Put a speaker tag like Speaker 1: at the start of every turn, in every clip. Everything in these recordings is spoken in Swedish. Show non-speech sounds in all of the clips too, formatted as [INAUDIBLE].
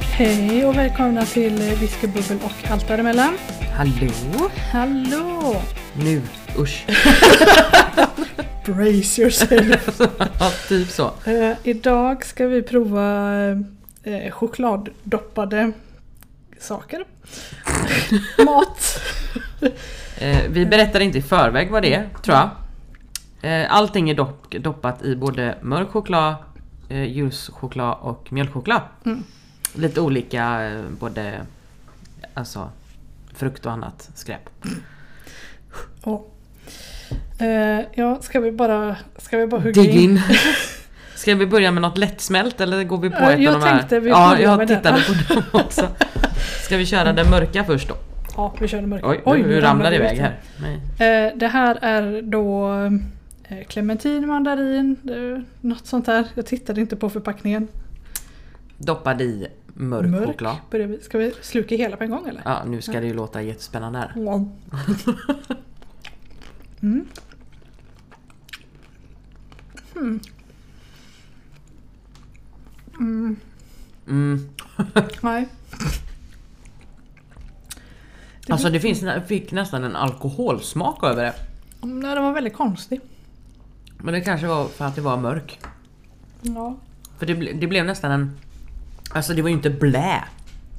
Speaker 1: Hej och välkomna till Whiskybubbel och allt däremellan.
Speaker 2: Hallå?
Speaker 1: Hallå!
Speaker 2: Nu, usch.
Speaker 1: Brace yourself!
Speaker 2: [LAUGHS] Ja, typ så.
Speaker 1: Eh, [LAUGHS] idag ska vi prova eh, chokladdoppade saker. [LAUGHS] Mat.
Speaker 2: Eh, vi berättar inte i förväg vad det är, tror jag. Eh, allting är dock doppat i både mörk choklad, eh, ljus choklad och mjölkchoklad.
Speaker 1: Mm.
Speaker 2: Lite olika, eh, både alltså, frukt och annat skräp.
Speaker 1: Och, eh, ja, ska vi bara, ska vi bara hugga
Speaker 2: Dig
Speaker 1: in?
Speaker 2: in. Ska vi börja med något lättsmält eller går vi på
Speaker 1: Ja,
Speaker 2: ett
Speaker 1: jag
Speaker 2: av de här?
Speaker 1: tänkte vi
Speaker 2: ja,
Speaker 1: börjar
Speaker 2: jag
Speaker 1: med den.
Speaker 2: tittade på dem [LAUGHS] också. Ska vi köra den mörka först då?
Speaker 1: Ja, vi kör det mörka.
Speaker 2: Oj, nu
Speaker 1: nu
Speaker 2: ramlar det
Speaker 1: vi
Speaker 2: iväg
Speaker 1: ut.
Speaker 2: här. Nej.
Speaker 1: Eh, Det här är då eh, clementin, mandarin, eh, något sånt där. Jag tittade inte på förpackningen.
Speaker 2: Doppad i mörk, choklad.
Speaker 1: börjar vi- Ska vi sluka hela på en gång eller?
Speaker 2: Ja, nu ska det ju låta jättespännande här.
Speaker 1: Mm. Mm. Mm,
Speaker 2: Mm.
Speaker 1: nej. Det
Speaker 2: Alltså det finns, jag fick nästan en alkoholsmak över det.
Speaker 1: Nej, den var väldigt konstig.
Speaker 2: Men det kanske var för att det var mörk.
Speaker 1: Ja.
Speaker 2: För det, ble, det blev nästan en... Alltså det var ju inte blä.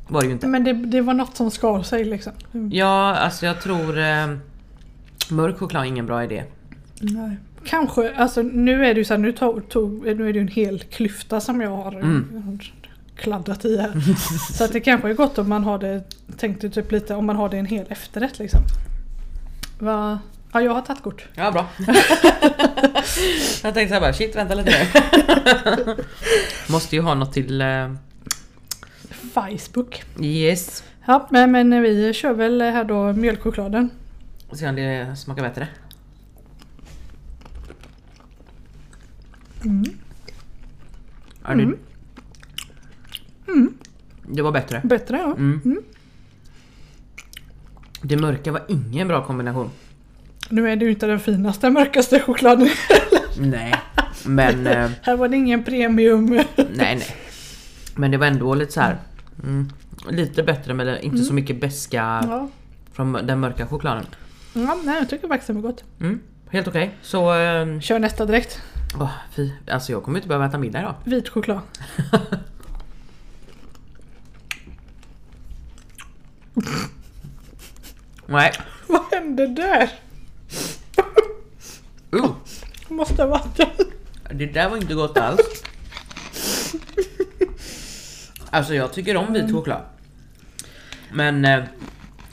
Speaker 2: Var det ju inte.
Speaker 1: Men det, det var något som skar sig liksom. Mm.
Speaker 2: Ja, alltså jag tror... Eh, mörk choklad är ingen bra idé.
Speaker 1: Nej. Kanske, alltså nu är det ju så här, nu, tog, tog, nu är det ju en hel klyfta som jag har
Speaker 2: Mm.
Speaker 1: kladdat i här. [LAUGHS] så att det kanske är gott om man har det, tänkte typ lite om man har det i en hel efterrätt liksom. Va? Ja jag har tagit kort. [LAUGHS]
Speaker 2: Ja, bra. jag tänkte såhär bara, shit vänta lite där.
Speaker 1: [LAUGHS]
Speaker 2: Måste ju ha något till... Eh,
Speaker 1: Facebook.
Speaker 2: yes.
Speaker 1: Ja men, men vi kör väl här då mjölkchokladen.
Speaker 2: Se om det smakar bättre.
Speaker 1: Mm.
Speaker 2: Ja, det,
Speaker 1: Mm. Mm.
Speaker 2: det var bättre.
Speaker 1: Bättre ja.
Speaker 2: Mm.
Speaker 1: Mm.
Speaker 2: Det mörka var ingen bra kombination.
Speaker 1: Nu är det ju inte den finaste mörkaste chokladen.
Speaker 2: Nej, men... Eh,
Speaker 1: här var det ingen premium.
Speaker 2: nej, nej. Men det var ändå lite så här. Mm, lite bättre men inte
Speaker 1: Mm.
Speaker 2: så mycket beska
Speaker 1: ja.
Speaker 2: från den mörka chokladen.
Speaker 1: ja, nej jag tycker faktiskt den var gott.
Speaker 2: Mm, helt okej. Så... Eh,
Speaker 1: Kör nästa direkt.
Speaker 2: åh, fy, alltså jag kommer inte behöva äta middag idag.
Speaker 1: Vit choklad.
Speaker 2: Nej.
Speaker 1: Vad hände där?
Speaker 2: Uh,
Speaker 1: Det Måste ha varit den.
Speaker 2: det där var inte gott alls. Alltså jag tycker om vit choklad. Men eh,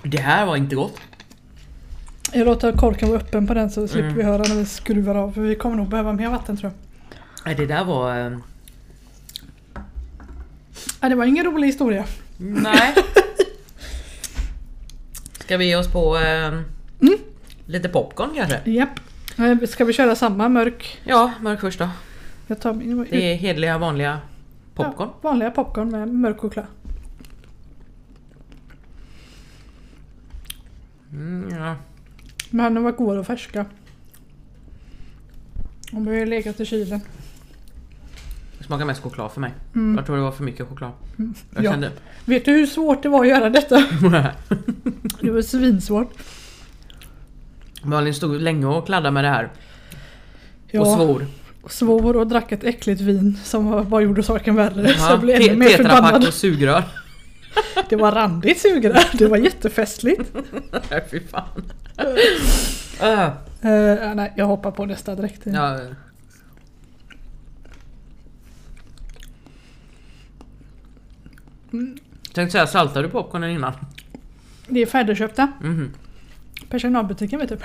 Speaker 2: det här var inte gott.
Speaker 1: Jag låter korken vara öppen på den så slipper
Speaker 2: Mm.
Speaker 1: vi höra när vi skruvar av. För vi kommer nog behöva mer vatten tror jag.
Speaker 2: Nej, Det där var... [LAUGHS] Eh,
Speaker 1: Nej, det var ingen rolig historia.
Speaker 2: Nej. Ska vi ge oss på eh,
Speaker 1: Mm.
Speaker 2: lite popcorn kanske?
Speaker 1: Japp. Eh, Ska vi köra samma mörk?
Speaker 2: Ja, mörk först då.
Speaker 1: Jag tar min. ut-
Speaker 2: Det är hedliga vanliga popcorn.
Speaker 1: Ja, vanliga popcorn med mörk choklad.
Speaker 2: Mm, ja.
Speaker 1: Men de var goda och färska. De har ju legat i kylen.
Speaker 2: Det smakar mest choklad för mig.
Speaker 1: Mm.
Speaker 2: Jag tror det var för mycket choklad. Jag
Speaker 1: Ja.
Speaker 2: kände...
Speaker 1: Vet du hur svårt det var att göra detta? Det var svinsvårt.
Speaker 2: [LAUGHS] Malin stod länge och kladdade med det här
Speaker 1: Ja.
Speaker 2: och svor.
Speaker 1: svor och drack ett äckligt vin som var- bara gjorde saken värre. [LAUGHS] så
Speaker 2: Ja,
Speaker 1: jag blev ännu
Speaker 2: te-
Speaker 1: mer förbannad.
Speaker 2: Tetrapack och sugrör. [LAUGHS]
Speaker 1: Det var randigt sugrör, det var jättefestligt.
Speaker 2: Nej, Fy fan. Ah,
Speaker 1: Eh, nej, jag hoppar på nästa direkt.
Speaker 2: ja. Tänkte säga, saltade du popcornen innan?
Speaker 1: Mm. Det är färdigköpta.
Speaker 2: Mhm.
Speaker 1: Personalbutiken vet du.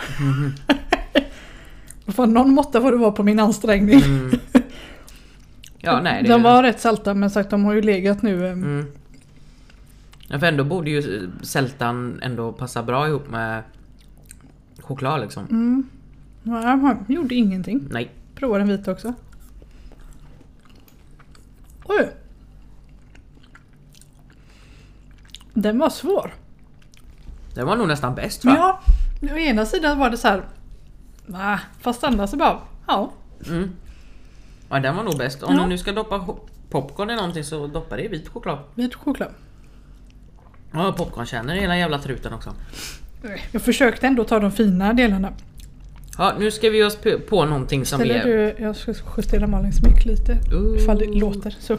Speaker 1: Vad Fan, någon måtta får det vara på min ansträngning.
Speaker 2: Mm. Ja, nej.
Speaker 1: [LAUGHS]
Speaker 2: Det,
Speaker 1: De var rätt salta men sagt de har ju legat nu. eh,
Speaker 2: Mm. Ja, för ändå borde ju eh, sältan ändå passa bra ihop med choklad liksom.
Speaker 1: Mm. Ja, de gjorde ingenting.
Speaker 2: Nej.
Speaker 1: Provar den vita också. Oj! Den var svår.
Speaker 2: Den var nog nästan bäst va?
Speaker 1: Ja, å ena sidan var det så här. "Va?" Fast annars så bara, ja.
Speaker 2: Mm. Ja, den var nog bäst. Om
Speaker 1: Ja.
Speaker 2: de nu ska doppa ho- popcorn eller någonting så doppar det i vit choklad.
Speaker 1: Vit choklad.
Speaker 2: Ja, popcornkärnor i hela jävla truten också.
Speaker 1: Jag försökte ändå ta de fina delarna.
Speaker 2: Ja, nu ska vi ge oss p- på någonting som
Speaker 1: Ställer
Speaker 2: är...
Speaker 1: du, jag ska justera Malins mick lite.
Speaker 2: Ooh.
Speaker 1: Ifall det låter så.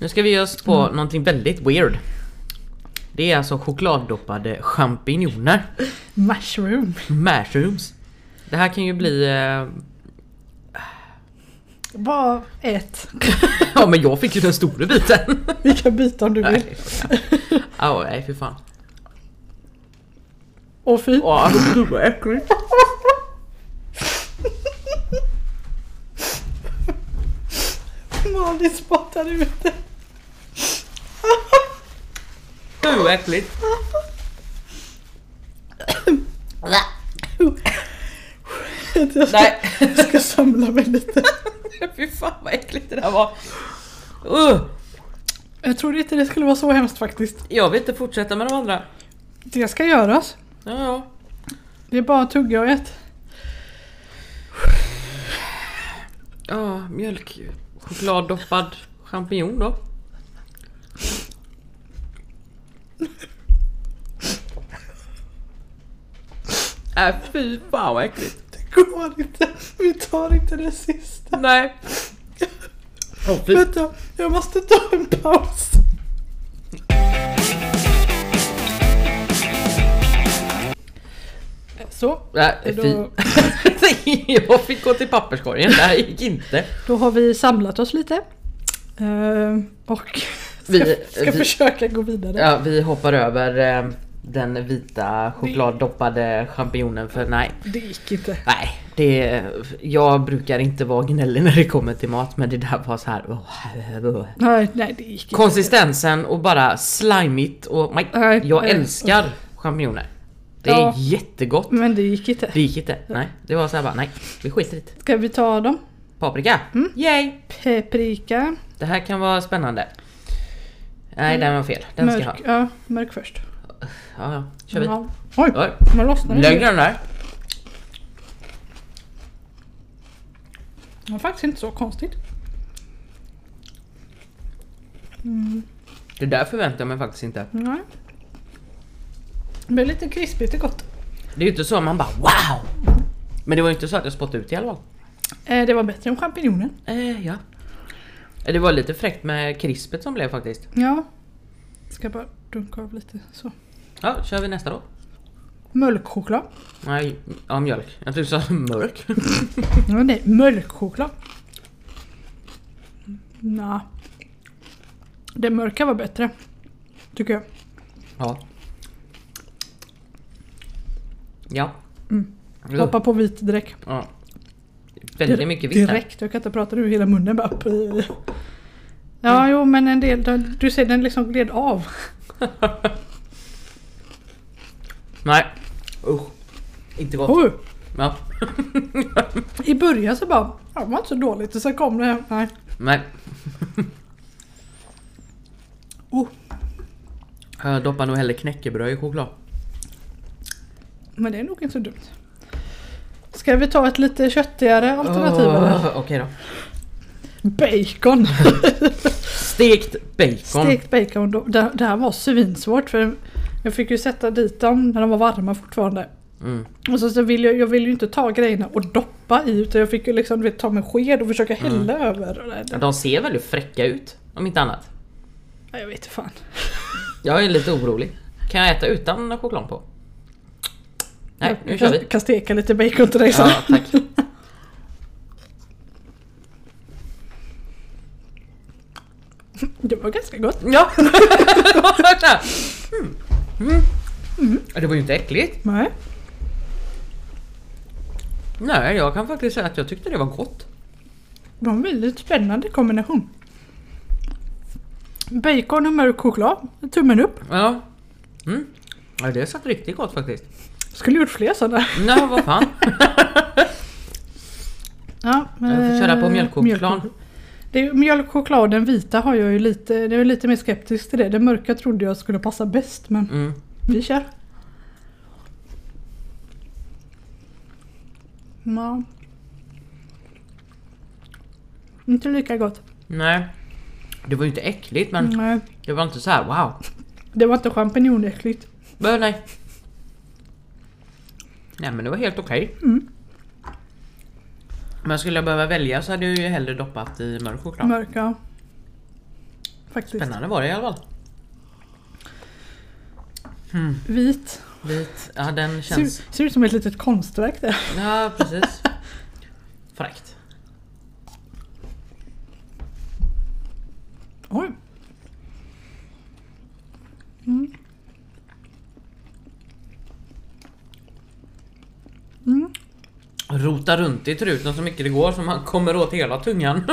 Speaker 2: Nu ska vi ge oss på någonting väldigt weird. Det är alltså chokladdoppade champinjoner.
Speaker 1: Mushroom.
Speaker 2: Mushrooms. Det här kan ju bli... Eh...
Speaker 1: Bara
Speaker 2: [LAUGHS]
Speaker 1: ät.
Speaker 2: Ja men jag fick ju den stora biten.
Speaker 1: Vi kan byta om du vill.
Speaker 2: Nej.
Speaker 1: [LAUGHS]
Speaker 2: Ja, nej fy fan.
Speaker 1: Åh fy.
Speaker 2: Åh, gud vad äckligt.
Speaker 1: Malin spottar ut det.
Speaker 2: Gud vad äckligt.
Speaker 1: Jag ska,
Speaker 2: [LAUGHS] Nej.
Speaker 1: jag ska samla mig lite.
Speaker 2: [LAUGHS] Fy fan vad äckligt det där var. Uh,
Speaker 1: Jag trodde inte det skulle vara så hemskt faktiskt.
Speaker 2: jag vill inte fortsätta med de andra.
Speaker 1: Det ska göras.
Speaker 2: Ja, ja.
Speaker 1: Det är bara att tugga och äta.
Speaker 2: Ja, mjölk. Chokladdoppad champinjon då. Äh, fy fan vad äckligt.
Speaker 1: Det går inte. Vi tar inte det sista.
Speaker 2: Nej. Åh, fy.
Speaker 1: Vänta, jag måste ta en paus. Så,
Speaker 2: Nej, fy. [LAUGHS]
Speaker 1: då,
Speaker 2: Jag fick gå till papperskorgen, det här gick inte.
Speaker 1: då har vi samlat oss lite. Eh, och ska,
Speaker 2: Vi-
Speaker 1: ska
Speaker 2: vi-
Speaker 1: försöka gå vidare.
Speaker 2: Ja, vi hoppar över eh, den vita chokladdoppade champinjonen för nej,
Speaker 1: Det gick inte.
Speaker 2: nej. Det, jag brukar inte vara gnällig när det kommer till mat men det där var så här. åh.
Speaker 1: Nej, nej det gick inte.
Speaker 2: Konsistensen och bara slimigt och my,
Speaker 1: Nej,
Speaker 2: jag
Speaker 1: nej.
Speaker 2: älskar champinjoner. Det är
Speaker 1: Ja.
Speaker 2: jättegott.
Speaker 1: Men det gick inte.
Speaker 2: Det gick inte. Nej, det var så här bara nej, vi skiter i det.
Speaker 1: Ska vi ta dem?
Speaker 2: Paprika.
Speaker 1: Mm.
Speaker 2: Yay!
Speaker 1: Paprika.
Speaker 2: Det här kan vara spännande. Nej, den var fel. Den ska jag ha.
Speaker 1: Mörk, ja, mörk först.
Speaker 2: Ja, ja. Kör vi.
Speaker 1: Ja. Oj,
Speaker 2: Oj.
Speaker 1: nu lossnade den.
Speaker 2: Lägg den där.
Speaker 1: Det var faktiskt inte så konstigt.
Speaker 2: Det där förväntar jag mig faktiskt inte.
Speaker 1: Nej. Mm. Det blir lite krispigt och gott.
Speaker 2: Det är ju inte så man bara wow! Men det var ju inte så att jag spottade ut i alla fall.
Speaker 1: Eh, det var bättre än champinjonen.
Speaker 2: Eh, ja. Eh, Det var lite fräckt med krispet som blev faktiskt.
Speaker 1: Ja. Ska bara dunka av lite så.
Speaker 2: Ja, kör vi nästa då.
Speaker 1: Mölkchoklad.
Speaker 2: Nej, ja mjölk. Jag tyckte du sa [LAUGHS] mörk.
Speaker 1: Ja, nej, mölkchoklad. Mm, Nja. Det mörka var bättre. Tycker jag.
Speaker 2: Ja. Ja.
Speaker 1: Mm.
Speaker 2: Ugh.
Speaker 1: Hoppa på vit direkt.
Speaker 2: Ja. Väldigt mycket vitt här.
Speaker 1: Direkt, jag kan inte prata nu hela munnen bara... Mm. Ja, jo men en del, den- du ser den liksom gled av.
Speaker 2: Nej. Usch. Inte gott.
Speaker 1: Oh,
Speaker 2: Ja.
Speaker 1: I början så bara, ja, det var inte så dåligt och sen kom det, här, nej.
Speaker 2: Nej.
Speaker 1: [LAUGHS] Oh,
Speaker 2: Jag doppar nog hellre knäckebröd i choklad.
Speaker 1: men det är nog inte så dumt. Ska vi ta ett lite köttigare alternativ
Speaker 2: Ah.
Speaker 1: eller?
Speaker 2: Åh, Okej då. [LAUGHS]
Speaker 1: Bacon!
Speaker 2: Stekt bacon.
Speaker 1: Stekt bacon. då- Det, det här var svinsvårt för jag fick ju sätta dit dem när de var varma fortfarande.
Speaker 2: Mm.
Speaker 1: Och så, så vill jag, jag vill ju inte ta grejerna och doppa i utan jag fick ju liksom du vet, ta med sked och försöka
Speaker 2: Mm.
Speaker 1: hälla över. Och det,
Speaker 2: Ja, De ser väldigt fräcka ut, om inte annat.
Speaker 1: Ja, jag vet inte fan.
Speaker 2: Jag är lite orolig. Kan jag äta utan choklad på? Nej, nu
Speaker 1: jag
Speaker 2: kör
Speaker 1: kan,
Speaker 2: vi.
Speaker 1: kan steka lite bacon till dig sen.
Speaker 2: Ja, tack.
Speaker 1: [LAUGHS] Det var ganska gott.
Speaker 2: Ja! [LAUGHS] Mm. Mm. Ja, Det var ju inte äckligt.
Speaker 1: Nej.
Speaker 2: Nej, jag kan faktiskt säga att jag tyckte det var gott.
Speaker 1: Det var en väldigt spännande kombination. Bacon och mörk choklad. Tummen upp.
Speaker 2: Ja. Mm. Ja, det satt riktigt gott faktiskt.
Speaker 1: Skulle gjort fler sådana.
Speaker 2: Nej, vad fan.
Speaker 1: Ja,
Speaker 2: Jag får köra på
Speaker 1: eh,
Speaker 2: mjölkchokladen.
Speaker 1: mjölkchoklad. Det är- Mjölkchoklad, den vita har jag ju lite, det är lite mer skeptisk till det. Den mörka trodde jag skulle passa bäst men
Speaker 2: Mm.
Speaker 1: vi kör. Ja. Inte lika gott.
Speaker 2: Nej. Det var ju inte äckligt men
Speaker 1: Nej,
Speaker 2: det var inte så här wow.
Speaker 1: det var inte champinjonäckligt.
Speaker 2: Men nej. Nej men det var helt okej.
Speaker 1: Mm.
Speaker 2: Men skulle jag behöva välja så hade jag ju hellre doppat i mörk choklad.
Speaker 1: Mörka. Faktiskt.
Speaker 2: Spännande var det i alla fall. Hmm,
Speaker 1: Vit.
Speaker 2: vit. Ja den
Speaker 1: Ser,
Speaker 2: känns...
Speaker 1: ser ut som ett litet konstverk där.
Speaker 2: Ja precis. Fräckt.
Speaker 1: Oj. Mm. Mm.
Speaker 2: Rota runt i truten så mycket det går så man kommer åt hela tungan.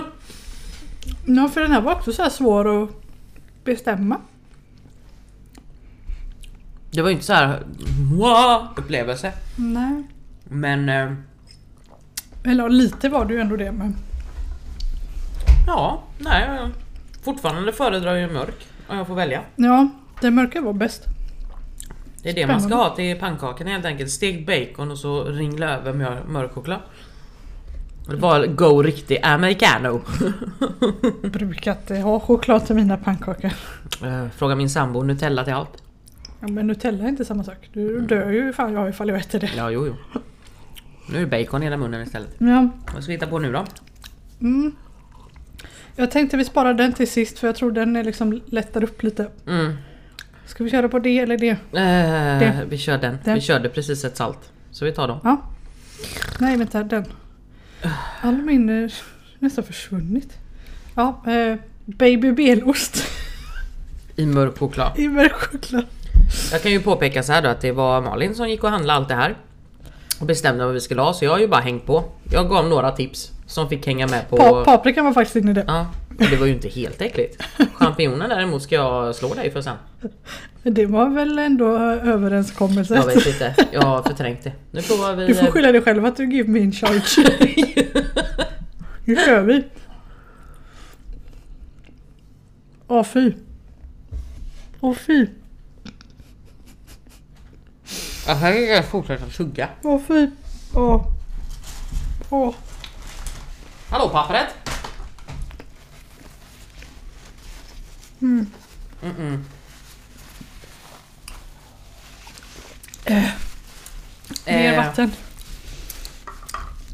Speaker 1: Ja, för den här var också så här svår att bestämma.
Speaker 2: Det var ju inte så här wow upplevelse.
Speaker 1: Nej.
Speaker 2: Men eh,
Speaker 1: Eller ja, lite var det ju ändå det men.
Speaker 2: ja, nej. jag- Fortfarande föredrar jag mörk om jag får välja.
Speaker 1: Ja, den mörka var bäst.
Speaker 2: Det är det man ska
Speaker 1: Spännande.
Speaker 2: ha till pannkakorna helt enkelt. Stekt bacon och så ringla över med mörk choklad. Det var go riktig americano.
Speaker 1: Jag brukar inte eh, ha choklad till mina pannkakor.
Speaker 2: Eh, Fråga min sambo, Nutella till allt.
Speaker 1: Ja, men Nutella är inte samma sak. Du dör ju fan jag ifall jag äter det.
Speaker 2: Ja, jo, jo. Nu är det bacon i hela munnen istället.
Speaker 1: Ja.
Speaker 2: Vad ska vi hitta på nu då?
Speaker 1: Mm. Jag tänkte vi sparar den till sist för jag tror den är liksom lättar upp lite.
Speaker 2: Mm.
Speaker 1: Ska vi köra på det eller det?
Speaker 2: Eh,
Speaker 1: Det.
Speaker 2: Vi kör den.
Speaker 1: Den.
Speaker 2: Vi körde precis ett salt. Så vi tar dem.
Speaker 1: Ja. Nej vänta, den. All min är nästan försvunnit. Ja, eh, baby belost [LAUGHS]
Speaker 2: I mörk choklad.
Speaker 1: i mörk choklad.
Speaker 2: Jag kan ju påpeka så här då att det var Malin som gick och handlade allt det här. Och bestämde vad vi skulle ha så jag har ju bara hängt på. Jag gav några tips som fick hänga med på...
Speaker 1: Pa- paprikan var faktiskt inne i det.
Speaker 2: Ja, men det var ju inte helt äckligt. Champinjoner däremot ska jag slå dig för sen.
Speaker 1: Men Det var väl ändå överenskommelse.
Speaker 2: Jag vet inte, jag har förträngt det. Nu provar vi... eh,
Speaker 1: Du får skylla dig själv att du give me in charge. Nu kör vi. Åh fy. Åh fy.
Speaker 2: Jag kan ju fortsätta tugga.
Speaker 1: Åh fy. Åh. Åh.
Speaker 2: Hallå pappret! Mm. Mm
Speaker 1: Eh, Mer
Speaker 2: Eh,
Speaker 1: vatten.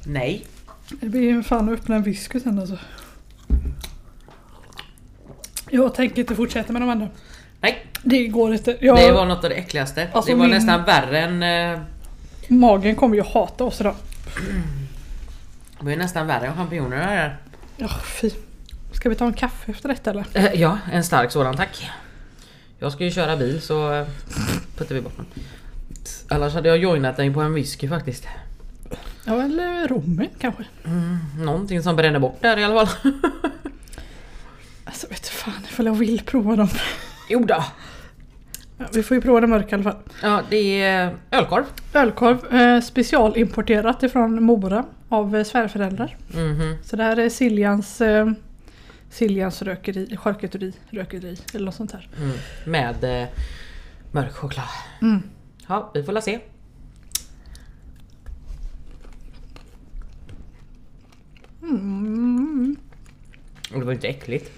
Speaker 2: nej.
Speaker 1: Det blir ju fan att öppna en whisky sen alltså. Jag tänker inte fortsätta med de andra.
Speaker 2: Nej,
Speaker 1: Det går inte. Jag,
Speaker 2: det var något av det äckligaste.
Speaker 1: Alltså,
Speaker 2: det var
Speaker 1: min-
Speaker 2: nästan värre än... eh,
Speaker 1: Magen kommer ju hata oss idag.
Speaker 2: Det var ju nästan värre än champinjoner det här.
Speaker 1: Åh fy. Ska vi ta en kaffe efter detta eller?
Speaker 2: Eh, Ja, en stark sådan tack. Jag ska ju köra bil så eh, puttar vi bort den. Annars hade jag joinat dig på en whisky faktiskt.
Speaker 1: Ja eller rommen kanske.
Speaker 2: Någonting som bränner bort där i alla fall. [LAUGHS]
Speaker 1: Alltså vet du fan ifall jag vill prova dem.
Speaker 2: Jo då.
Speaker 1: Ja, vi får ju prova det mörka i alla fall.
Speaker 2: Ja, det är eh, ölkorv.
Speaker 1: Ölkorv eh, specialimporterat ifrån Mora av eh, svärföräldrar.
Speaker 2: Mhm.
Speaker 1: Så det här är Siljans, eh, Siljans rökeri, charkuteri, rökeri eller något sånt här.
Speaker 2: Mm. Med eh, mörk choklad.
Speaker 1: Mm.
Speaker 2: Ja, vi får la se.
Speaker 1: Mm.
Speaker 2: Och Det var ju inte äckligt.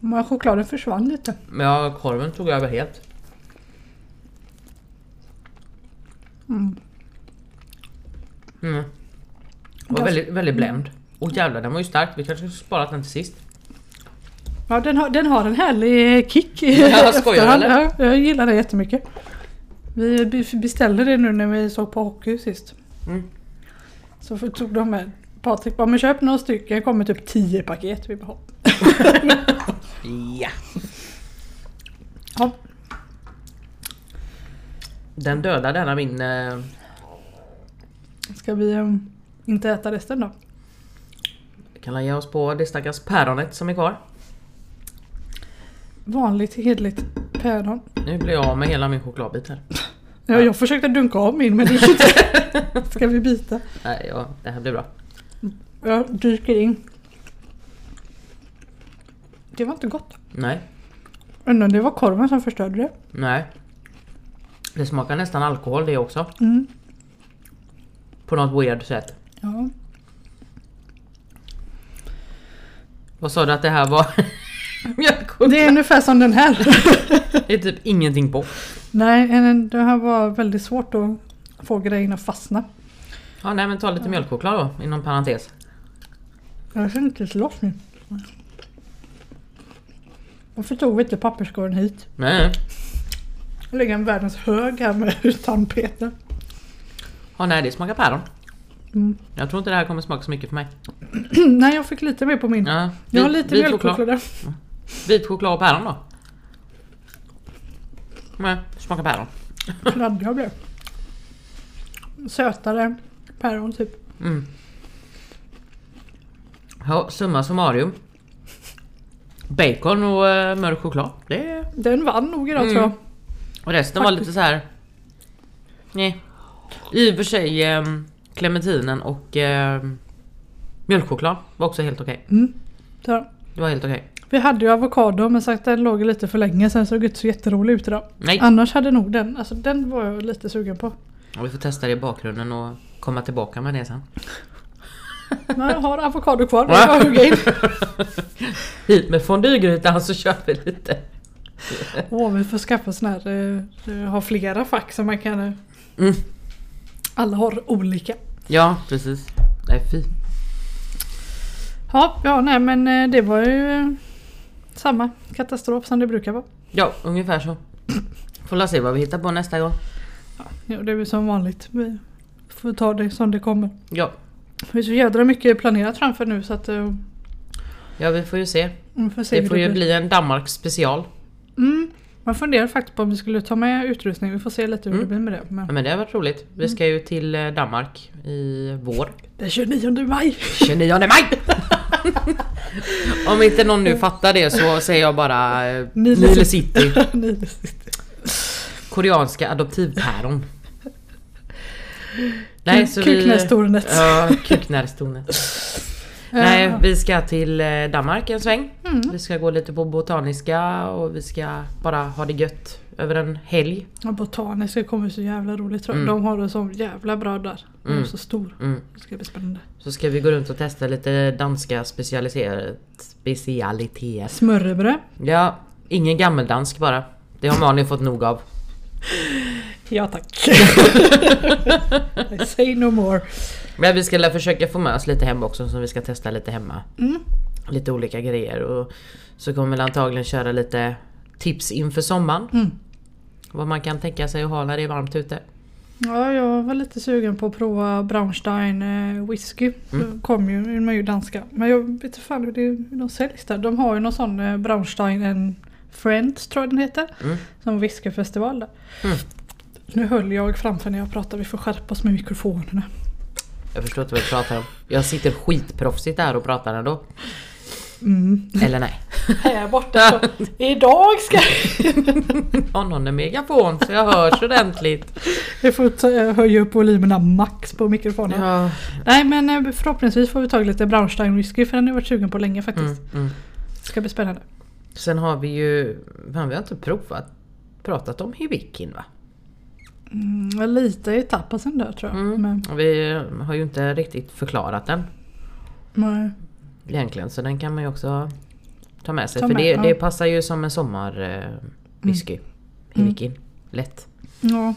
Speaker 1: Men chokladen försvann lite.
Speaker 2: Men ja, korven tog över helt.
Speaker 1: Mm.
Speaker 2: Mm. Det var
Speaker 1: Ganska-
Speaker 2: väldigt, väldigt blämd. Och jävlar den var ju stark. Vi kanske skulle sparat den till sist.
Speaker 1: Ja, den, har, den har en härlig kick. i
Speaker 2: Ja, skojar du,
Speaker 1: efterhand.
Speaker 2: eller?
Speaker 1: Ja, jag gillar det jättemycket. Vi be- beställde det nu när vi såg på hockey sist.
Speaker 2: Mm.
Speaker 1: Så för- tog de med. Patrik bara, men köp några stycken. Det kommer typ 10 paket. Vi bara, "Ja."
Speaker 2: Ja.
Speaker 1: ja.
Speaker 2: Den dödade denna min... Eh,
Speaker 1: Ska vi ehm, inte äta resten då?
Speaker 2: kan la ge oss på det stackars päronet som är kvar.
Speaker 1: Vanligt hedligt päron.
Speaker 2: Nu blir jag av med hela min chokladbit här.
Speaker 1: Ja, jag försökte dunka av min men det gick
Speaker 2: [LAUGHS]
Speaker 1: inte. Ska vi byta?
Speaker 2: Nej, ja, det här blir bra.
Speaker 1: Jag dyker in. Det var inte gott.
Speaker 2: Nej,
Speaker 1: Undrar om det var korven som förstörde det.
Speaker 2: nej. Det smakar nästan alkohol det också.
Speaker 1: Mm.
Speaker 2: På något weird sätt.
Speaker 1: Ja.
Speaker 2: Vad sa du att det här var? [LAUGHS] Mjölkchoklad.
Speaker 1: Det är ungefär som den [LAUGHS] här.
Speaker 2: Det är typ ingenting på.
Speaker 1: Nej, en- det här var väldigt svårt att få grejerna att fastna.
Speaker 2: Ja, nej men ta lite mjölkchoklad då, inom parentes.
Speaker 1: Jag känner inte slåss nu. Varför tog vi inte papperskorgen hit?
Speaker 2: Nej.
Speaker 1: Jag lägger en världens hög här med [LAUGHS] utan Peter.
Speaker 2: Ja, nej det smakar päron.
Speaker 1: Mm. [CLEARS THROAT]
Speaker 2: Jag tror inte det här kommer smaka så mycket för mig.
Speaker 1: Nej, jag fick lite mer på min.
Speaker 2: Ja,
Speaker 1: jag har
Speaker 2: vit-
Speaker 1: lite
Speaker 2: vit
Speaker 1: mjölkchoklad
Speaker 2: [LAUGHS]
Speaker 1: där.
Speaker 2: Vit choklad och päron då? Nej, smakar päron.
Speaker 1: Kladdig jag blev. Sötare päron typ.
Speaker 2: Mm. Ja, summa summarum. Bacon och eh, mörk choklad. Det...
Speaker 1: Den vann nog idag
Speaker 2: Mm.
Speaker 1: tror jag.
Speaker 2: Och resten var lite så här. Nej. I och för sig ehm, clementinen och ehm, mjölkchoklad var också helt okej.
Speaker 1: Mm. Så.
Speaker 2: Det var helt okej.
Speaker 1: Vi hade ju avokado men sagt den låg lite för länge sen såg det inte så jätterolig ut idag.
Speaker 2: Nej,
Speaker 1: Annars hade nog den, alltså den var jag lite sugen
Speaker 2: [LAUGHS]
Speaker 1: på.
Speaker 2: och vi får testa det i bakgrunden och komma tillbaka med det sen.
Speaker 1: Men jag har avokado kvar, det är bara att hugga in.
Speaker 2: [LAUGHS] Hit med fondygrytan så kör vi lite.
Speaker 1: Åh, vi får skaffa sån här, eh, eh, ha flera fack som man kan... eh,
Speaker 2: Mm.
Speaker 1: Alla har olika.
Speaker 2: Ja, precis. Nej fy.
Speaker 1: Ja, ja nej men eh, det var ju eh, samma katastrof som det brukar vara.
Speaker 2: Ja, ungefär så. Får la se vad vi hittar på nästa gång.
Speaker 1: Ja, det är väl som vanligt. Vi får ta det som det kommer.
Speaker 2: Ja,
Speaker 1: Det är så jädra mycket planerat framför nu så att eh,
Speaker 2: ja vi får ju se.
Speaker 1: vi får se
Speaker 2: Det
Speaker 1: hur
Speaker 2: får ju bli en Danmark special.
Speaker 1: Mm. Man funderar faktiskt på om vi skulle ta med utrustning. Vi får se lite hur
Speaker 2: Mm.
Speaker 1: det blir med det.
Speaker 2: Ja,
Speaker 1: Men...
Speaker 2: men det har varit roligt. Vi ska ju till eh, Danmark i vår.
Speaker 1: Den 29 maj! [LAUGHS]
Speaker 2: 29 maj! Om inte någon nu fattar det så säger jag bara eh,
Speaker 1: Nile
Speaker 2: Nile City.
Speaker 1: Nile City.
Speaker 2: Koreanska adoptivpäron. Nej, så vi-
Speaker 1: Kuknästornet. [LAUGHS]
Speaker 2: Ja, kuknärstornet. Nej, vi ska till eh, Danmark en sväng.
Speaker 1: Mm.
Speaker 2: Vi ska gå lite på botaniska och vi ska bara ha det gött över en helg.
Speaker 1: Ja, Botaniska kommer så jävla roligt tror jag.
Speaker 2: Mm.
Speaker 1: De har en sån jävla bra där. Den är
Speaker 2: Mm.
Speaker 1: så stor.
Speaker 2: Mm.
Speaker 1: Det ska bli spännande.
Speaker 2: Så ska vi gå runt och testa lite danska specialiserat specialiteter.
Speaker 1: Smörrebröd.
Speaker 2: Ja, ingen gammeldansk bara. Det har Malin fått nog av.
Speaker 1: Ja
Speaker 2: [LAUGHS]
Speaker 1: tack. I say no more.
Speaker 2: Men vi ska väl försöka få med oss lite hem också som vi ska testa lite hemma.
Speaker 1: Mm.
Speaker 2: Lite olika grejer och så kommer vi antagligen köra lite tips inför sommaren.
Speaker 1: Mm.
Speaker 2: Vad man kan tänka sig att ha när det är varmt ute.
Speaker 1: Ja, jag var lite sugen på att prova Braunstein eh, whisky. Mm. Kom ju, de är ju danska. Men jag vet inte fan hur, det, hur de säljs där. De har ju någon sån eh, Braunstein and Friends tror jag den heter.
Speaker 2: Mm.
Speaker 1: Som whiskyfestival där.
Speaker 2: Mm.
Speaker 1: Nu höll jag framför när jag pratade. Vi får skärpa oss med mikrofonerna.
Speaker 2: Jag förstår inte vad du pratar om. Jag sitter skitproffsigt här och pratar ändå.
Speaker 1: Mm.
Speaker 2: Eller nej.
Speaker 1: [LAUGHS] Här borta. Idag ska
Speaker 2: Har [LAUGHS] någon en megafon så jag hörs ordentligt.
Speaker 1: Vi får ta, eh, höja upp volymerna max på mikrofonerna.
Speaker 2: Ja.
Speaker 1: Nej men eh, förhoppningsvis får vi tag i lite Braunstein whisky för den har jag varit sugen på länge faktiskt.
Speaker 2: Mm, mm.
Speaker 1: Det ska bli spännande.
Speaker 2: Sen har vi ju... Fan, vi har inte provat... Pratat om Hibikin va?
Speaker 1: Mm, jag litar i tapasen där tror jag.
Speaker 2: Mm.
Speaker 1: Men,
Speaker 2: Vi har ju inte riktigt förklarat den
Speaker 1: nej.
Speaker 2: egentligen så den kan man ju också ta med sig.
Speaker 1: Ta
Speaker 2: för
Speaker 1: med,
Speaker 2: det,
Speaker 1: ja. Mm.
Speaker 2: det passar ju som en sommar eh, whisky. Hibikin. Lätt.
Speaker 1: Ja.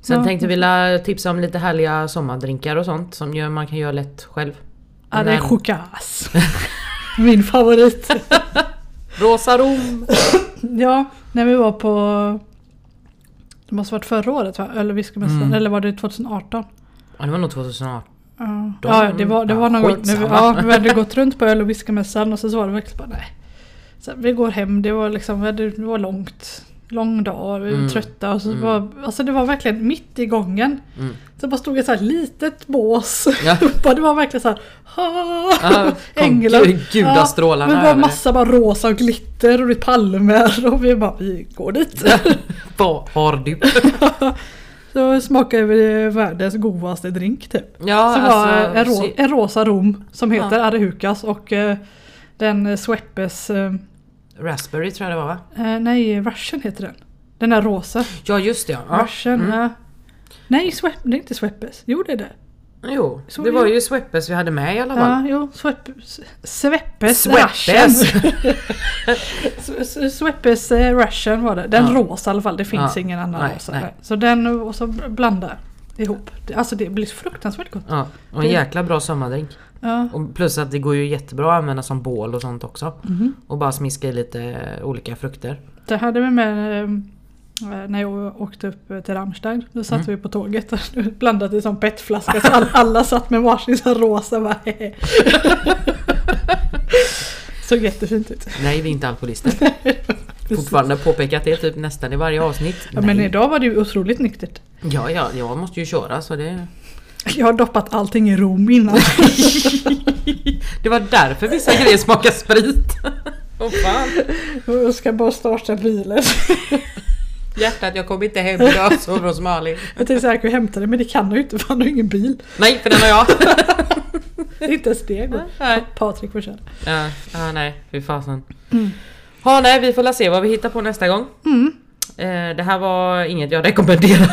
Speaker 2: Sen
Speaker 1: Ja.
Speaker 2: tänkte vi la tipsa om lite härliga sommardrinkar och sånt som gör, man kan göra lätt själv.
Speaker 1: Ja, det är
Speaker 2: Men-
Speaker 1: chokas. [LAUGHS] Min
Speaker 2: [LAUGHS]
Speaker 1: favorit.
Speaker 2: Rosa rom!
Speaker 1: Ja, när vi var på... Det måste varit förra året va? Eller Whiskymässan?
Speaker 2: Mm.
Speaker 1: Eller var det 2018?
Speaker 2: Ja, det var nog 2018.
Speaker 1: Ja, ja det var, det var någon gång. När vi,
Speaker 2: Skitsamma.
Speaker 1: ja, vi hade gått runt på öl och whiskymässan och sen så var det verkligen bara nej. Så vi går hem, det var liksom, vi hade- det var långt. Lång dag, vi var
Speaker 2: Mm.
Speaker 1: trötta och så
Speaker 2: Mm.
Speaker 1: var, alltså det var verkligen mitt i gången.
Speaker 2: Mm.
Speaker 1: Så bara stod ett så här litet bås.
Speaker 2: Ja.
Speaker 1: [LAUGHS] Bara det var verkligen så här.
Speaker 2: Ja,
Speaker 1: Ah,
Speaker 2: kom
Speaker 1: [LAUGHS] änglar.
Speaker 2: gu- gudastrålarna
Speaker 1: Ja, men det var
Speaker 2: över det.
Speaker 1: massa bara rosa och glitter och det är palmer [LAUGHS] och vi bara vi går dit.
Speaker 2: [LAUGHS] Vad har du?
Speaker 1: så smakade vi världens godaste drink typ.
Speaker 2: Ja, alltså,
Speaker 1: Som var en, ro-
Speaker 2: se-
Speaker 1: en rosa rom som heter
Speaker 2: Ja.
Speaker 1: Arehukas och eh, den eh, Sweppes... Eh,
Speaker 2: Raspberry tror jag det var va?
Speaker 1: eh, nej, Russian heter den. Den där rosa.
Speaker 2: Ja mm. just det ja. ja.
Speaker 1: Russian. eh. Nej, Swepp, det är inte Sweppes. Jo det är det.
Speaker 2: Jo,
Speaker 1: Så
Speaker 2: det
Speaker 1: är
Speaker 2: var
Speaker 1: det.
Speaker 2: ju Sweppes vi hade med i alla fall.
Speaker 1: Ja, jo. Svepp- Sveppes
Speaker 2: Sweppes!
Speaker 1: Russian. [LAUGHS] Sveppes eh, Russian var det. Den
Speaker 2: Ja.
Speaker 1: rosa i alla fall. Det finns
Speaker 2: Ja.
Speaker 1: ingen annan
Speaker 2: Nej,
Speaker 1: rosa.
Speaker 2: nej.
Speaker 1: Så den och så blanda ihop. Alltså det blir fruktansvärt gott.
Speaker 2: Ja, och en jäkla bra sommardrink.
Speaker 1: Ja.
Speaker 2: Och plus att det går ju jättebra att använda som bål och sånt också.
Speaker 1: Mhm.
Speaker 2: Och bara smiska i lite eh, olika frukter.
Speaker 1: Det hade vi med eh, när jag åkte upp till Rammstein. Då satt vi
Speaker 2: Mm.
Speaker 1: på tåget och [LAUGHS] blandat i sån petflaska. Så alla, alla satt med varsin sån rosa. Bara, hehe. [LAUGHS] Såg jättefint ut.
Speaker 2: Nej, vi är inte alkoholister. Fortfarande påpekat det typ nästan i varje avsnitt.
Speaker 1: Ja,
Speaker 2: Nej.
Speaker 1: men idag var det ju otroligt nyktert.
Speaker 2: ja, ja, jag måste ju köra så det...
Speaker 1: Jag har doppat allting i rom innan.
Speaker 2: [LAUGHS] Det var därför vissa grejer smakar sprit. Åh fan.
Speaker 1: Jag ska bara starta bilen.
Speaker 2: Hjärtat, jag kommer inte hem idag, så Rosmalie.
Speaker 1: Jag tänkte såhär, jag kan hämta det men det kan jag ju inte för han har ju ingen bil.
Speaker 2: Nej, för den har jag.
Speaker 1: Det är inte ens det jag går.
Speaker 2: Nej.
Speaker 1: Patrik får köra.
Speaker 2: Ja, ja nej, fy fasen. Ja, nej, vi får la se vad vi hittar på nästa gång. Eh, det här var inget jag rekommenderar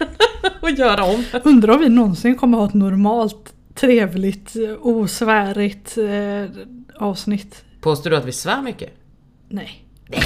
Speaker 2: [LAUGHS] att göra om.
Speaker 1: Undrar om vi någonsin kommer ha ett normalt, trevligt, eh, osvärigt eh, avsnitt.
Speaker 2: Påstår du att vi svär mycket?
Speaker 1: Nej. [LAUGHS]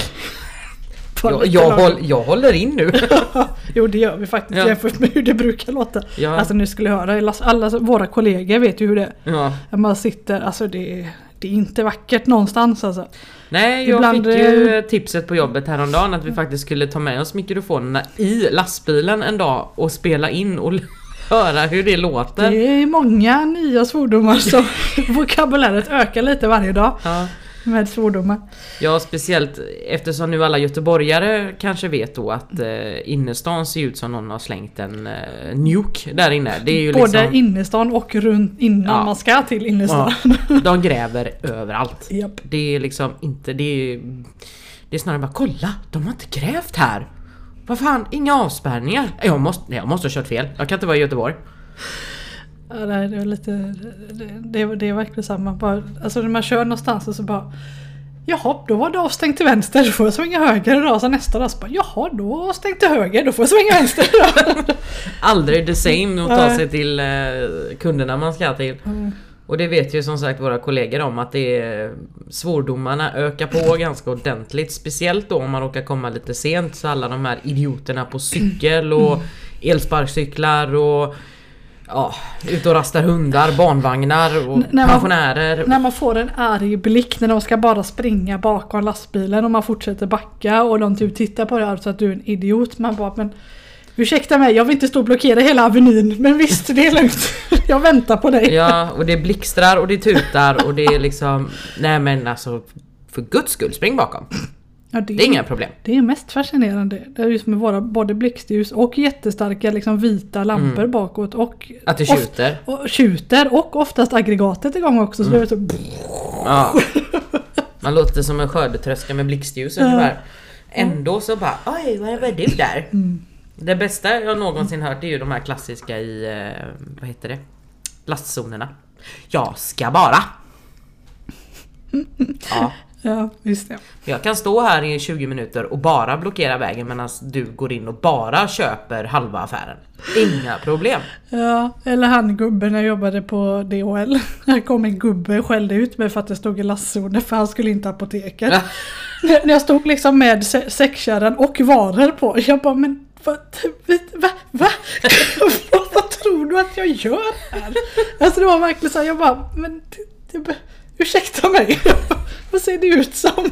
Speaker 2: Jag, jag, håll, jag håller in nu. [LAUGHS]
Speaker 1: Jo det gör vi faktiskt
Speaker 2: Ja.
Speaker 1: jämfört med hur det brukar låta.
Speaker 2: Ja.
Speaker 1: Alltså nu skulle jag höra, alla- alla våra kollegor vet ju hur det är.
Speaker 2: ja.
Speaker 1: När man sitter, alltså det är, det är inte vackert någonstans alltså.
Speaker 2: Nej, jag
Speaker 1: Ibland, eh, Mm.
Speaker 2: fick ju tipset på jobbet häromdagen att vi faktiskt skulle ta med oss mikrofonerna i lastbilen en dag och spela in och [LAUGHS] höra hur det låter.
Speaker 1: Det är många nya svordomar som [LAUGHS] vokabuläret ökar lite varje dag
Speaker 2: Ja.
Speaker 1: med svordomar.
Speaker 2: Ja, speciellt eftersom nu alla göteborgare kanske vet då att eh, innerstan ser ut som någon har slängt en eh, nuke där inne. Det är ju
Speaker 1: Både
Speaker 2: liksom,
Speaker 1: innerstan och runt innan
Speaker 2: Ja.
Speaker 1: man ska till innerstan.
Speaker 2: ja, de gräver överallt.
Speaker 1: [LAUGHS] Japp.
Speaker 2: Det är liksom inte, det är, det är snarare bara kolla, de har inte grävt här. Vad fan, inga avspärrningar. Jag måste, nej, jag måste ha kört fel. Jag kan inte vara i Göteborg.
Speaker 1: Ja, nej, det, är lite, det, det, det är verkligen samma. Bara, alltså när man kör någonstans och så bara Jaha, då var det avstängt till vänster, då får jag svänga höger idag. Så nästa dag så bara Jaha, då var det avstängt till höger, då får jag svänga vänster
Speaker 2: [LAUGHS]
Speaker 1: idag.
Speaker 2: Aldrig the same att ta
Speaker 1: Nej. Mm.
Speaker 2: sig till eh, kunderna man ska till. Och det vet ju som sagt våra kollegor om att det är svordomarna ökar på ganska ordentligt. Speciellt då om man råkar komma lite sent så alla de här idioterna på cykel och elsparkcyklar och ja, ute och rastar hundar, barnvagnar och
Speaker 1: när man-
Speaker 2: pensionärer.
Speaker 1: när man får en arg blick när de ska bara springa bakom lastbilen och man fortsätter backa och de typ tittar på dig alltså att du är en idiot. Man bara men Ursäkta mig, jag vill inte stå och blockera hela avenyn men visst det är lugnt. [LAUGHS] Jag väntar på dig.
Speaker 2: Ja, och det blixtrar och det tutar och det är liksom... Nej men alltså, för guds skull spring bakom.
Speaker 1: Ja,
Speaker 2: Det är inga problem.
Speaker 1: Det är mest fascinerande. Det är just med våra både blixtljus och jättestarka liksom vita lampor bakåt och
Speaker 2: Mm. Att det
Speaker 1: Oft-
Speaker 2: tjuter. Mm.
Speaker 1: och tjuter och oftast aggregatet igång också. Så det är så,
Speaker 2: Ja. Man låter som en skördetröska med blixtljus ungefär. Ändå så bara oj vad var du där? Det bästa jag någonsin hört är ju de här klassiska i, eh, vad heter det? Lastzonerna. Jag ska bara. Ja,
Speaker 1: ja, just det.
Speaker 2: jag kan stå här i 20 minuter och bara blockera vägen medan du går in och bara köper halva affären. Inga problem.
Speaker 1: Ja, eller han gubben jag jobbade på DHL. [LAUGHS] Här kom en gubbe och skällde ut mig för att det stod i lastzonen för han skulle inte till apoteket.
Speaker 2: Ja.
Speaker 1: När när jag stod liksom med se- säckkärran och varor på. Jag bara men vad, va, va? [LAUGHS] vad, vad tror du att jag gör här? Alltså det var verkligen så här, jag bara men det, det, be- ursäkta mig. [LAUGHS] vad ser det ut som?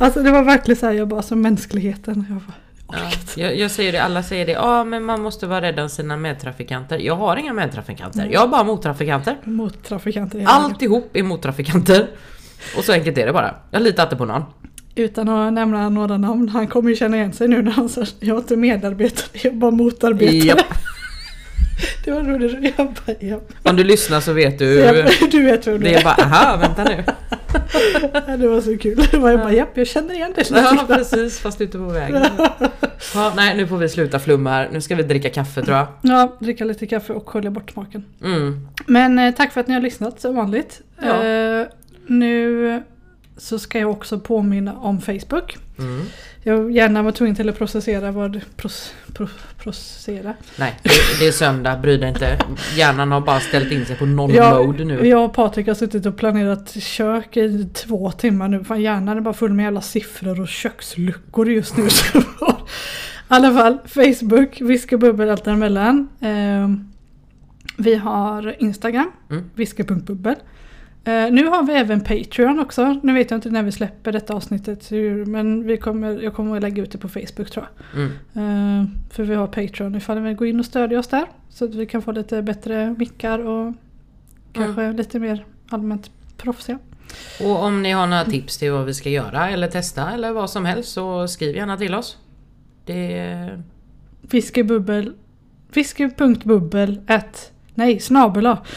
Speaker 1: Alltså det var verkligen så här, jag bara som mänskligheten. Jag bara,
Speaker 2: Ja, jag, jag säger det, alla säger det, ja men man måste vara rädd om sina medtrafikanter. Jag har inga medtrafikanter, jag har bara mottrafikanter.
Speaker 1: mot trafikanter hela vägen.
Speaker 2: Alltihop är mottrafikanter. Och så enkelt är det bara. Jag litar inte på någon.
Speaker 1: Utan att nämna några namn, han kommer ju känna igen sig nu när han sa jag är inte medarbetare, jag är bara motarbetare.
Speaker 2: Japp.
Speaker 1: [LAUGHS] Det var roligt. Jag bara, ja.
Speaker 2: Om du lyssnar så vet du.
Speaker 1: Jag- Du vet vem du
Speaker 2: Det är
Speaker 1: är.
Speaker 2: bara, aha, vänta nu.
Speaker 1: Ja, Det var så kul. Det var jag bara, japp jag känner igen dig.
Speaker 2: Ja, [LAUGHS] precis, fast ute på vägen. Ja, nej, nu får vi sluta flumma här. Nu ska vi dricka kaffe tror jag.
Speaker 1: [LAUGHS] Ja, dricka lite kaffe och skölja bort smaken.
Speaker 2: Mm.
Speaker 1: Men eh, tack för att ni har lyssnat som vanligt.
Speaker 2: Ja.
Speaker 1: Eh, nu så ska jag också påminna om Facebook.
Speaker 2: Mm.
Speaker 1: Jag gärna var tvungen till att processera vad... Pros, pro, processera?
Speaker 2: Nej, det, det är söndag, bry dig inte. Hjärnan har bara ställt in sig på noll mode nu.
Speaker 1: jag och Patrik har suttit och planerat kök i två timmar nu. Fan hjärnan är bara full med jävla siffror och köksluckor just
Speaker 2: [LAUGHS]
Speaker 1: nu. I alla fall, Facebook, viskebubbel allt däremellan. Ehm, vi har Instagram,
Speaker 2: Mm.
Speaker 1: viske.bubbel. Eh, nu har vi även Patreon också. Nu vet jag inte när vi släpper detta avsnittet. hur- Men vi kommer, jag kommer att lägga ut det på Facebook tror jag.
Speaker 2: Mm.
Speaker 1: Eh, För vi har Patreon ifall ni vill gå in och stödja oss där. Så att vi kan få lite bättre mickar och kanske lite mer allmänt proffsiga.
Speaker 2: Och om ni har några tips till vad vi ska göra eller testa eller vad som helst så skriv gärna till oss. Det...
Speaker 1: Fiskebubbel... Fiske.bubbel at... Nej, snabela! [LAUGHS]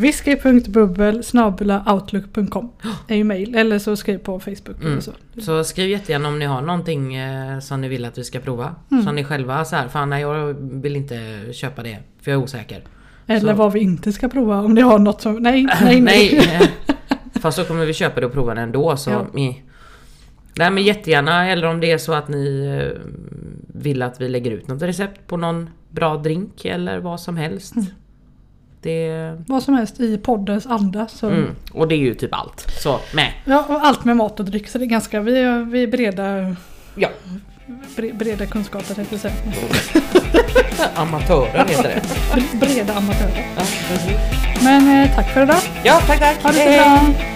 Speaker 1: Fiske.bubbel snabela outlook.com är ju mail. Eller så skriv på Facebook eller
Speaker 2: Mm.
Speaker 1: så.
Speaker 2: Så skriv jättegärna om ni har någonting eh, som ni vill att vi ska prova.
Speaker 1: Mm.
Speaker 2: Som ni själva så här, fan nej jag vill inte köpa det för jag är osäker.
Speaker 1: Eller
Speaker 2: Så.
Speaker 1: vad vi inte ska prova om ni har något som...
Speaker 2: [LAUGHS]
Speaker 1: Nej, nej, nej.
Speaker 2: Nej, eh, [LAUGHS] fast då kommer vi köpa det och prova det ändå så...
Speaker 1: Ja.
Speaker 2: eh. Nej men jättegärna, eller om det är så att ni eh, vill att vi lägger ut något recept på någon bra drink eller vad som helst. Det...
Speaker 1: [LAUGHS] Vad som helst i poddens anda. Så.
Speaker 2: Mm. Och det är ju typ allt. Så med.
Speaker 1: Ja, och allt med mat och dryck så det är ganska... Vi är, vi är breda...
Speaker 2: Ja.
Speaker 1: Bre, breda kunskaper tänkte jag säga.
Speaker 2: Amatörer heter det.
Speaker 1: [LAUGHS] Breda amatörer.
Speaker 2: Ja, precis.
Speaker 1: Men eh, tack för idag.
Speaker 2: Ja, tack tack.
Speaker 1: Ha det så
Speaker 2: Hej, hej.
Speaker 1: bra.